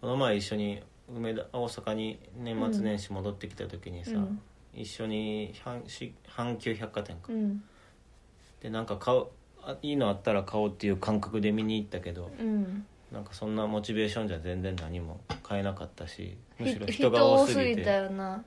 Speaker 2: この前一緒に梅田大阪に年末年始戻ってきた時にさ、
Speaker 1: うん
Speaker 2: 一緒に阪し阪急百貨店
Speaker 1: う
Speaker 2: か、
Speaker 1: ん
Speaker 2: でなんか買うあいいのあったら買おうっていう感覚で見に行ったけど
Speaker 1: うん
Speaker 2: なんかそんなモチベーションじゃ全然何も買えなかったしむしろ
Speaker 1: ひ
Speaker 2: 人が多すぎ
Speaker 1: 人
Speaker 2: て
Speaker 1: たよな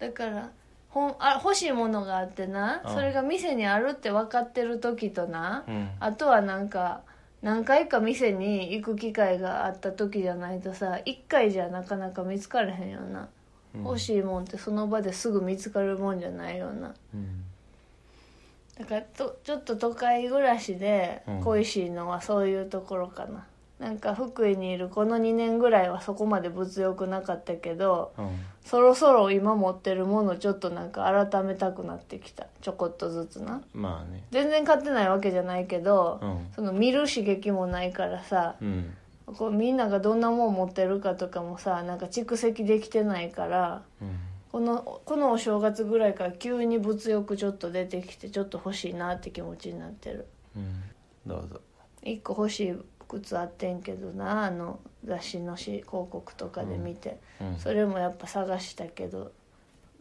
Speaker 1: だからほんあ欲しいものがあってな
Speaker 2: うん
Speaker 1: それが店にあるって分かってる時とな、
Speaker 2: うん
Speaker 1: あとはなんか何回か店に行く機会があった時じゃないとさ1回じゃなかなか見つからへんよな、
Speaker 2: うん
Speaker 1: 欲しいもんってその場ですぐ見つかるもんじゃないよな
Speaker 2: うん
Speaker 1: だからとちょっと都会暮らしで
Speaker 2: うん
Speaker 1: 恋しいのはそういうところかな、なんか福井にいるこの2年ぐらいはそこまで物欲なかったけど
Speaker 2: うん
Speaker 1: そろそろ今持ってるものちょっとなんか改めたくなってきたちょこっとずつな
Speaker 2: まあね
Speaker 1: 全然買ってないわけじゃないけど、
Speaker 2: うん
Speaker 1: その見る刺激もないからさ、
Speaker 2: うん
Speaker 1: こうみんながどんなもん持ってるかとかもさなんか蓄積できてないから
Speaker 2: うん
Speaker 1: このこのお正月ぐらいから急に物欲ちょっと出てきてちょっと欲しいなって気持ちになってる
Speaker 2: うんどうぞ
Speaker 1: 一個欲しい靴あってんけどなあの雑誌のし広告とかで見て、
Speaker 2: うん
Speaker 1: それもやっぱ探したけど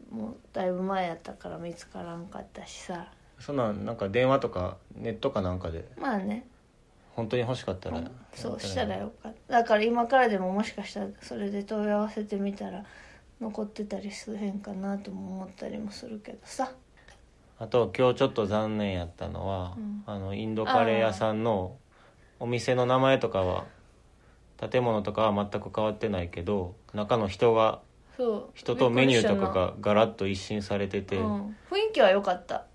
Speaker 1: もうだいぶ前やったから見つからんかったしさ
Speaker 2: そんなんなんか電話とかネットかなんかで
Speaker 1: まあね
Speaker 2: 本当に欲しかったら
Speaker 1: そうしたらよかっただから今からでももしかしたらそれで問い合わせてみたら残ってたりするへんかなとも思ったりもするけどさ
Speaker 2: あと今日ちょっと残念やったのは、
Speaker 1: うん
Speaker 2: あのインドカレー屋さんのお店の名前とかは建物とかは全く変わってないけど中の人が
Speaker 1: そう
Speaker 2: 人とメニューとか
Speaker 1: が
Speaker 2: がガラッと一新されてて、
Speaker 1: う
Speaker 2: うん
Speaker 1: ん、雰囲気は良かった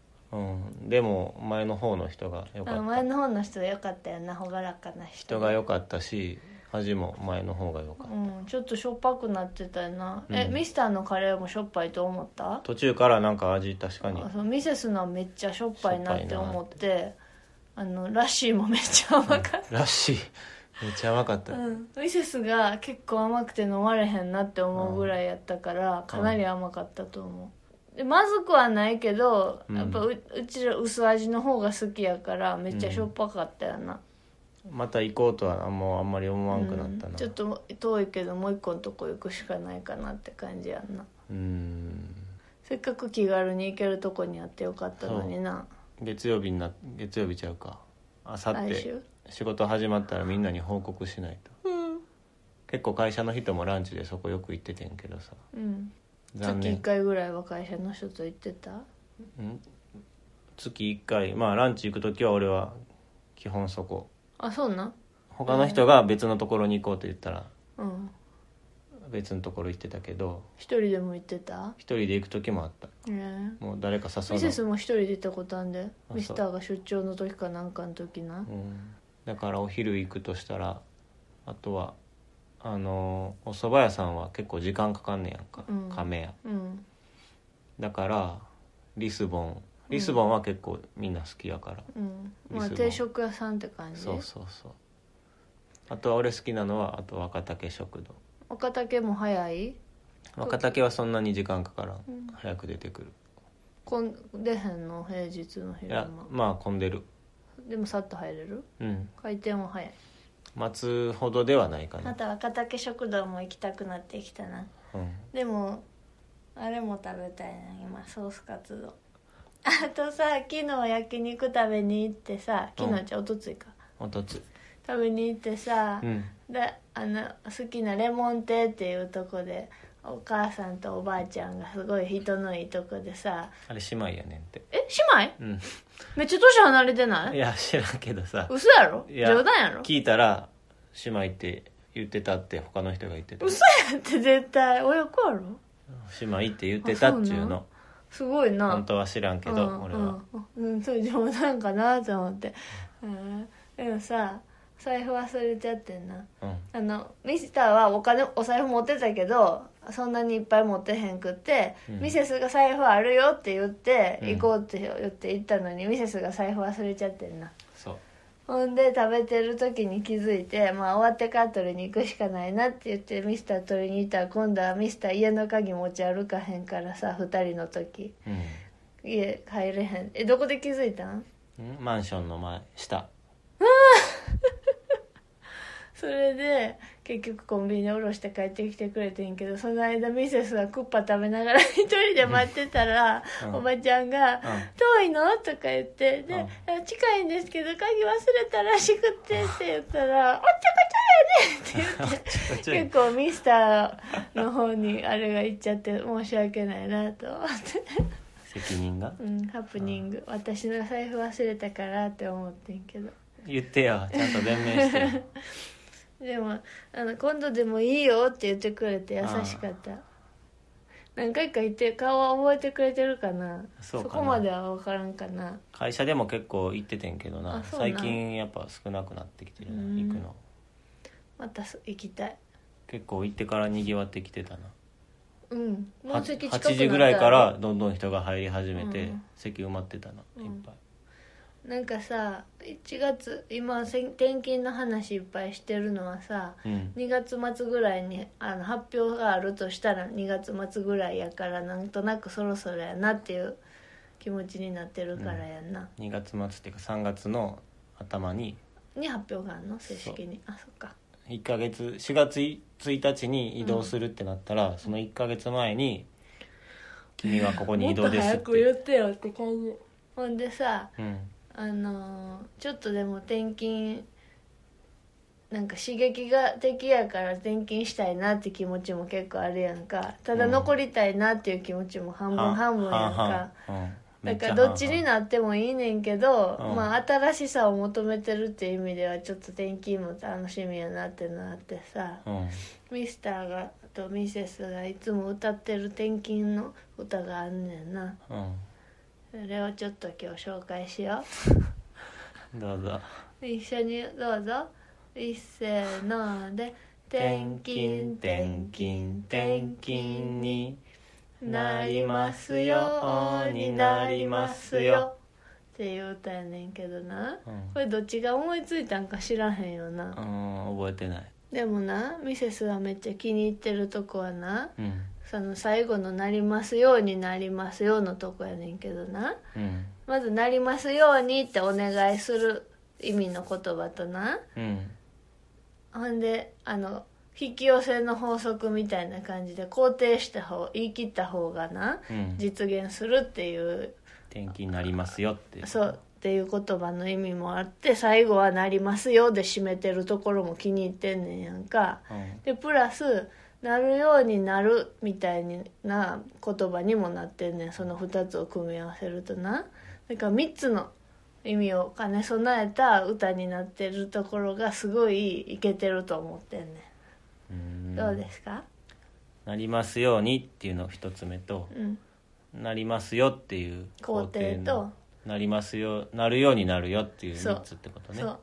Speaker 2: でも前の方の人が良か
Speaker 1: あ
Speaker 2: った
Speaker 1: 前の方の人は良かったよな朗らかな人
Speaker 2: 人が良かったし味も前の方が良かった、
Speaker 1: うんちょっとしょっぱくなってたよな、え
Speaker 2: うん
Speaker 1: ミスターのカレーもしょっぱいと思った
Speaker 2: 途中からなんか味確かに
Speaker 1: あそうミセスのはめっちゃしょっぱいなって思ってあのラッシーもめっちゃ甘かった
Speaker 2: らしい めっちゃ甘かった、
Speaker 1: うん、ミセスが結構甘くて飲まれへんなって思うぐらいやったから、かなり甘かったと思うでまずくはないけど、
Speaker 2: うん
Speaker 1: やっぱううちら薄味の方が好きやからめっちゃしょっぱかったよな、
Speaker 2: また行こうとはあんまあんまり思わんくなったな、
Speaker 1: うんちょっと遠いけどもう一個のとこ行くしかないかなって感じやんな
Speaker 2: うん
Speaker 1: せっかく気軽に行けるとこにあってよかったのにな
Speaker 2: 月曜日にな月曜日ちゃうかあさっ
Speaker 1: 来
Speaker 2: て
Speaker 1: 週
Speaker 2: 仕事始まったらみんなに報告しないと
Speaker 1: うん、
Speaker 2: 結構会社の人もランチでそこよく行っててんけどさ
Speaker 1: うん、
Speaker 2: 残
Speaker 1: 月1
Speaker 2: 念
Speaker 1: 回ぐらいは会社の人と行ってた
Speaker 2: ん月1回まあランチ行く時は俺は基本そこ
Speaker 1: あそうなん
Speaker 2: 他の人が別のところに行こうと言ったら
Speaker 1: うん
Speaker 2: 別のところ行ってたけど
Speaker 1: 一人でも行ってた
Speaker 2: 一人で行く時もあった
Speaker 1: ねえ
Speaker 2: もう誰か
Speaker 1: ミ
Speaker 2: 誘う
Speaker 1: セ
Speaker 2: の
Speaker 1: スも一人で行ったことあんで
Speaker 2: そう
Speaker 1: ミスターが出張の時かなんかの時な
Speaker 2: うん、だからお昼行くとしたらあとはあのーお蕎麦屋さんは結構時間かかんねやんか、
Speaker 1: うん
Speaker 2: 亀や
Speaker 1: うん
Speaker 2: だからリスボンリスボンは結構みんな好きやから、
Speaker 1: うん
Speaker 2: ミスも
Speaker 1: まあ定食屋さんって感じ
Speaker 2: そうそうそうあとは俺好きなのはあと若竹食堂
Speaker 1: 岡竹も早い
Speaker 2: 若竹はそんなに時間かからん、
Speaker 1: うん
Speaker 2: 早く出てくる
Speaker 1: こん出へんの平日の
Speaker 2: い
Speaker 1: 昼
Speaker 2: や
Speaker 1: 間
Speaker 2: まあ混んでる
Speaker 1: でもさっと入れる
Speaker 2: うん
Speaker 1: 回転も早い
Speaker 2: 待つほどではないか
Speaker 1: ま
Speaker 2: な、
Speaker 1: た若竹食堂も行きたくなってきたな
Speaker 2: うん、
Speaker 1: でもあれも食べたいな今ソースカツ丼あとさ昨日焼肉食べに行ってさ昨日じゃおとついか、
Speaker 2: おとつ
Speaker 1: 食べに行ってさ、
Speaker 2: うん
Speaker 1: であの好きなレモン亭っていうとこでお母さんとおばあちゃんがすごい人のいいとこでさ
Speaker 2: あれ姉妹やねんって
Speaker 1: え姉妹
Speaker 2: うん
Speaker 1: めっちゃ年離れてない
Speaker 2: いや知らんけどさ
Speaker 1: 嘘やろ
Speaker 2: いや
Speaker 1: 冗談 やろ
Speaker 2: 聞いたら姉妹って言ってたって他の人が言ってた
Speaker 1: 嘘やって絶対親子やろ
Speaker 2: 姉妹って言ってたっちゅうの
Speaker 1: すごいな
Speaker 2: 本当は知らんけど、
Speaker 1: うん
Speaker 2: 俺は、
Speaker 1: うん、うん、そう冗談かなと思って、うん、でもさ財布忘れちゃってんな
Speaker 2: うん
Speaker 1: あのミスターはお金お財布持ってたけどそんなにいっぱい持ってへんくって、
Speaker 2: うん
Speaker 1: ミセスが財布あるよって言って、
Speaker 2: うん
Speaker 1: 行こうって言って行ったのにミセスが財布忘れちゃってんな
Speaker 2: そう
Speaker 1: ほんで食べてる時に気づいて、まあ、終わってから取りに行くしかないなって言ってミスター取りに行ったら今度はミスター家の鍵持ち歩かへんからさ2人の時
Speaker 2: う
Speaker 1: 家帰れへんえどこで気づいたん
Speaker 2: んマンションの前 下
Speaker 1: それで結局コンビニで下ろして帰ってきてくれてんけどその間ミセスがクッパ食べながら一人で待ってたら、
Speaker 2: うん
Speaker 1: おばちゃんが
Speaker 2: うん
Speaker 1: 「遠いの?」とか言って「で
Speaker 2: うん
Speaker 1: あ近いんですけど鍵忘れたらしくて」って言ったら「おっちょこ
Speaker 2: ちょい
Speaker 1: 結構ミスターの方にあれがいっちゃって申し訳ないなと思って、
Speaker 2: 責任が
Speaker 1: うん、ハプニング私の財布忘れたからって思ってんけど
Speaker 2: 言ってよちゃんと弁明して よ
Speaker 1: でもあの今度でもいいよって言ってくれて優しかった何回か言って顔は覚えてくれてるかな
Speaker 2: そうかな
Speaker 1: こまでは分からんかな
Speaker 2: 会社でも結構行っててんけどな
Speaker 1: あそうなん
Speaker 2: 最近やっぱ少なくなってきてるな
Speaker 1: うん
Speaker 2: 行くの
Speaker 1: またそ行きたい
Speaker 2: 結構行ってからにぎわってきてたな
Speaker 1: うんも
Speaker 2: は
Speaker 1: う席近くなった
Speaker 2: 8時ぐらいからどんどん人が入り始めて、
Speaker 1: うん
Speaker 2: 席埋まってたな、
Speaker 1: うん
Speaker 2: いっぱい
Speaker 1: なんかさ1月今せん転勤の話いっぱいしてるのはさ
Speaker 2: うん
Speaker 1: 2月末ぐらいにあの発表があるとしたら2月末ぐらいやからなんとなくそろそろやなっていう気持ちになってるからやんな、
Speaker 2: 2月末っていうか3月の頭に
Speaker 1: に発表があるの正式にあそっか
Speaker 2: 1ヶ月4月1日に移動するってなったら、その1ヶ月前に「君はここに移動です」
Speaker 1: も
Speaker 2: っ
Speaker 1: っと早く言
Speaker 2: て
Speaker 1: ってよって感じほんでさ
Speaker 2: うん
Speaker 1: あのーちょっとでも転勤なんか刺激が敵やから転勤したいなって気持ちも結構あるやんかただ
Speaker 2: うん
Speaker 1: 残りたいなっていう気持ちも半分半分やんか
Speaker 2: 半々うんめ
Speaker 1: だ
Speaker 2: っ
Speaker 1: か
Speaker 2: ちゃ
Speaker 1: ら
Speaker 2: 半々
Speaker 1: どっちになってもいいねんけど、
Speaker 2: うん
Speaker 1: まあ新しさを求めてるっていう意味ではちょっと転勤も楽しみやなってのあってさ、
Speaker 2: うん
Speaker 1: ミスターがとミセスがいつも歌ってる転勤の歌があんねんなそれをちょっと今日紹介しよう
Speaker 2: うんどうぞ
Speaker 1: 一緒にどうぞ一せーので転勤転勤転勤に
Speaker 2: に
Speaker 1: なりますようになりますよっていう歌やねんけどな
Speaker 2: うん
Speaker 1: これどっちが思いついたんか知らへんよ
Speaker 2: う
Speaker 1: なん
Speaker 2: 覚えてない
Speaker 1: でもなミセスがめっちゃ気に入ってるとこはな
Speaker 2: うん
Speaker 1: その最後の「なりますようになりますよ」のとこやねんけどな
Speaker 2: うん
Speaker 1: まず「なりますように」ってお願いする意味の言葉とな
Speaker 2: うん
Speaker 1: ほんであの引き寄せの法則みたいな感じで肯定した方言い切った方がな
Speaker 2: うん
Speaker 1: 実現するっていう
Speaker 2: 転勤になりますよって
Speaker 1: そうっていう言葉の意味もあって最後は「なりますよ」で締めてるところも気に入ってんねんやんか。
Speaker 2: うん
Speaker 1: でプラスなるようになるみたいな言葉にもなってんねんその2つを組み合わせるとなだから3つの意味を兼ね備えた歌になってるところがすごいいけてると思ってんね
Speaker 2: うん
Speaker 1: んどうですか
Speaker 2: なりますようにっていうの一つ目と
Speaker 1: うん
Speaker 2: なりますよっていう
Speaker 1: 肯定と
Speaker 2: なりますよなるようになるよっていう
Speaker 1: そう
Speaker 2: 3つってことね
Speaker 1: そう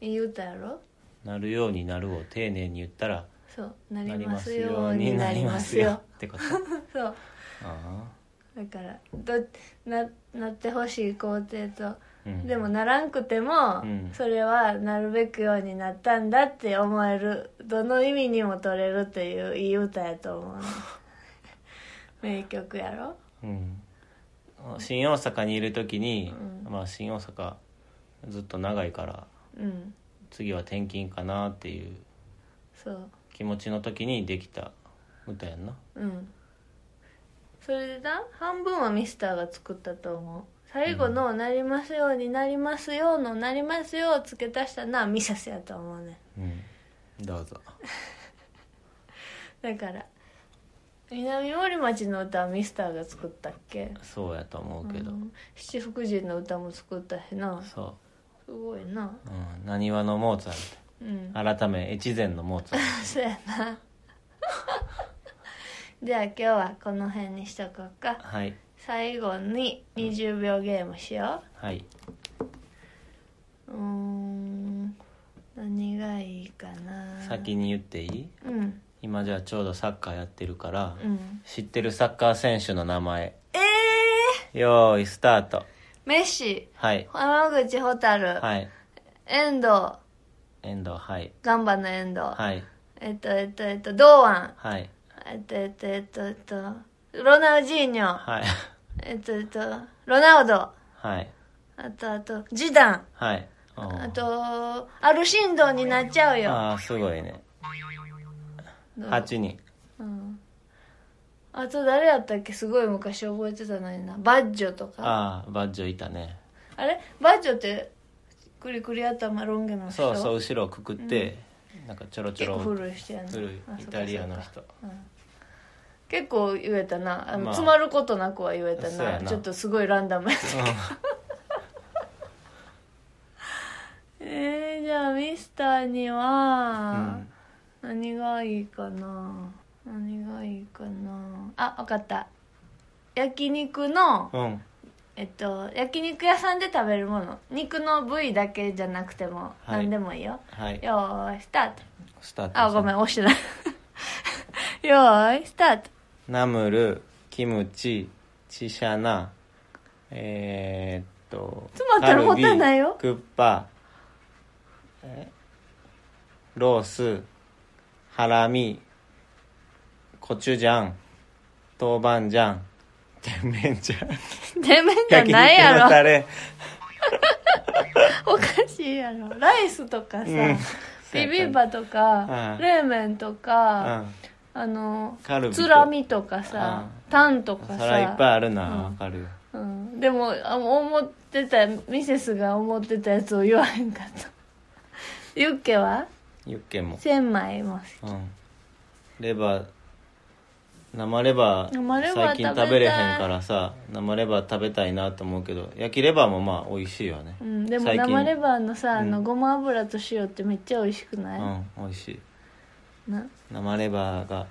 Speaker 1: いい歌やろ
Speaker 2: なるようになるを丁寧に言ったら
Speaker 1: そうなりますようになります
Speaker 2: なりま
Speaker 1: よ
Speaker 2: すってこと
Speaker 1: そう
Speaker 2: あ
Speaker 1: だからどななってほしい肯定と
Speaker 2: あうん
Speaker 1: でもならんくても、
Speaker 2: うん
Speaker 1: それはなるべくようになったんだって思えるどの意味にも取れるっていういい歌やと 思う名曲やろ
Speaker 2: うん新大阪にいる時に、
Speaker 1: う
Speaker 2: まあ新大阪ずっと長いから
Speaker 1: うん
Speaker 2: 次は転勤かなっていう
Speaker 1: そう
Speaker 2: 気持ちの時にできた歌やんな
Speaker 1: うんそれでな半分はミスターが作ったと思う最後の「なりますようになりますよ」の「なりますよ」を付け足したのはミセスやと思うね
Speaker 2: うんどうぞ
Speaker 1: だから南森町の歌はミスターが作ったっけ
Speaker 2: そうやと思うけど、
Speaker 1: うん七福神の歌も作ったしな
Speaker 2: そ
Speaker 1: すごいな
Speaker 2: ううんなにわのモーツァルト
Speaker 1: うん
Speaker 2: 改め越前のモーツァル
Speaker 1: そうやなでは今日はこの辺にしとこう
Speaker 2: ト
Speaker 1: か
Speaker 2: はい
Speaker 1: 最後に20秒ゲームしよ
Speaker 2: はい、
Speaker 1: ううーん何がいいかな
Speaker 2: 先に言っていい
Speaker 1: うん
Speaker 2: 今じゃあちょうどサッカーやってるから、
Speaker 1: うん
Speaker 2: 知ってるサッカー選手の名前
Speaker 1: え
Speaker 2: よーいスタート
Speaker 1: ー、メッシ
Speaker 2: はい
Speaker 1: 浜口蛍、
Speaker 2: はい
Speaker 1: 遠藤
Speaker 2: 遠藤はい
Speaker 1: ガンバの遠藤、
Speaker 2: はい
Speaker 1: えっとえっとえっと堂安
Speaker 2: はい
Speaker 1: えっとえっとえっとえっとロナウジーニョ、
Speaker 2: はい
Speaker 1: えっと、えっと、ロナウド、
Speaker 2: はい
Speaker 1: あと、あと、ジダン、
Speaker 2: はいおー
Speaker 1: あと、アルシンドンになっちゃうよ。
Speaker 2: ああすごいね
Speaker 1: どう
Speaker 2: 8人
Speaker 1: うん。あと、誰やったっけすごい昔覚えてたのにな。バッジョとか。あ
Speaker 2: ああバッジョいたね
Speaker 1: れバッジョって、くりくり頭ロン毛の人
Speaker 2: そうそう後ろをくくって、なんかちょろち
Speaker 1: 結構
Speaker 2: ょろ
Speaker 1: 古い人やな
Speaker 2: 古い
Speaker 1: あそっか
Speaker 2: イタリアの人
Speaker 1: 結構言えたな、あの
Speaker 2: まあ
Speaker 1: 詰まることなくは言えた
Speaker 2: そう
Speaker 1: な
Speaker 2: やな
Speaker 1: ちょっとすごいランダムやったえー、じゃあミスターに
Speaker 2: うん、う
Speaker 1: は
Speaker 2: ん、
Speaker 1: 何がいいかな何がいいかなあわかった焼肉の、
Speaker 2: うん
Speaker 1: えっと、焼肉屋さんで食べるもの肉の部位だけじゃなくても
Speaker 2: はい
Speaker 1: 何でもいいよ、
Speaker 2: はい
Speaker 1: よーいスタート
Speaker 2: スタート
Speaker 1: あごめん押してないよーい スタ ート
Speaker 2: ナムルキムチチシャナえー、っと
Speaker 1: 詰まったらもったいないよ
Speaker 2: カルビクッパえロースハラミコチュジャン豆板醤甜麺醤
Speaker 1: てめんじゃ
Speaker 2: 焼肉
Speaker 1: ないや
Speaker 2: の
Speaker 1: ろ
Speaker 2: タレ
Speaker 1: おかしい やろライスとかさ、
Speaker 2: うん
Speaker 1: ビビンバとか、
Speaker 2: うん
Speaker 1: 冷麺と
Speaker 2: う
Speaker 1: か、
Speaker 2: ん
Speaker 1: あの
Speaker 2: カルビと
Speaker 1: つらみとかさ、タンとか
Speaker 2: 皿いっぱい
Speaker 1: さ、
Speaker 2: あるな
Speaker 1: うん
Speaker 2: わ、かるよ
Speaker 1: うん、でもあ思ってたミセスが思ってたやつを言わへんかった ユッケは
Speaker 2: ユッケも
Speaker 1: 千枚も
Speaker 2: うんレバー生レバ
Speaker 1: 生レ
Speaker 2: ー
Speaker 1: バー
Speaker 2: 最近食べれへんからさ生レバー食べたいなと思うけど焼きレバーもまあ美味しいよね
Speaker 1: うん、でも
Speaker 2: 最近
Speaker 1: 生レバーのさ、あ
Speaker 2: う
Speaker 1: の
Speaker 2: ん
Speaker 1: ごま油と塩ってめっちゃ美味しく
Speaker 2: う
Speaker 1: ない、
Speaker 2: ん美味しい
Speaker 1: な
Speaker 2: 生レバーが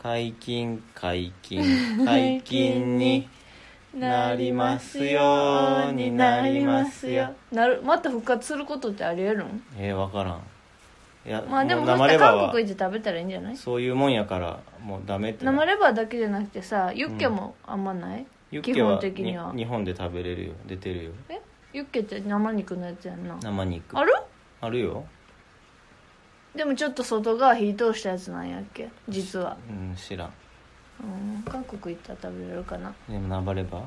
Speaker 2: 解禁解 禁解禁になりますようになりますよ
Speaker 1: なるまた復活することってありえるん
Speaker 2: えー、分からんいや
Speaker 1: まあでもそ
Speaker 2: 生
Speaker 1: した
Speaker 2: レ
Speaker 1: ら
Speaker 2: バ
Speaker 1: 韓
Speaker 2: ー
Speaker 1: 国行
Speaker 2: は
Speaker 1: って食べたらいいんじゃない
Speaker 2: そういうもんやからもうダメってな
Speaker 1: 生レバーだけじゃなくてさユッケもあんまない、
Speaker 2: ユッケは
Speaker 1: 基本的には
Speaker 2: に日本で食べれるよ出てるよ
Speaker 1: えユッケって生肉のやつやんな
Speaker 2: 生肉
Speaker 1: ある
Speaker 2: あるよ
Speaker 1: でもちょっと外側火通したやつなんやっけ実は
Speaker 2: うん知らん
Speaker 1: うん韓国行ったら食べれるかな
Speaker 2: でも生レバー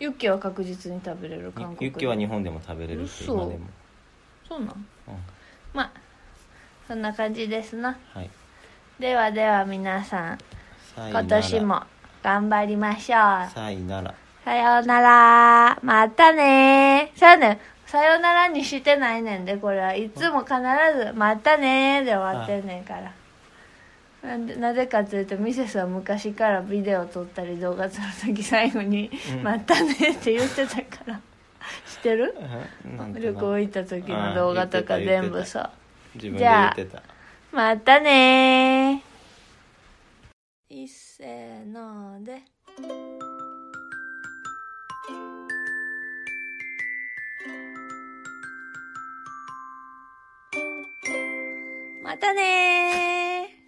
Speaker 1: ユッケは確実に食べれる韓国
Speaker 2: ユッケは日本でも食べれるって
Speaker 1: 嘘
Speaker 2: 今でも、
Speaker 1: そうなん
Speaker 2: うん、
Speaker 1: まあそんな感じですな
Speaker 2: はい
Speaker 1: ではでは皆さん
Speaker 2: さいな
Speaker 1: 今
Speaker 2: ら
Speaker 1: 年も頑張りましょう
Speaker 2: さいなら
Speaker 1: さようならまたねさよねさよならにしてないねんでこれはいつも必ず「またね」で終わってんねんからなんでなぜかというとミセスは昔からビデオ撮ったり動画撮る時最後に
Speaker 2: う
Speaker 1: 「
Speaker 2: ん
Speaker 1: またね」って言ってたから知ってる
Speaker 2: うんなんとな
Speaker 1: 旅行行った時の動画とか
Speaker 2: あー言ってた
Speaker 1: 全部さ
Speaker 2: 自分で言ってた
Speaker 1: 「またね」いっせーので。またねー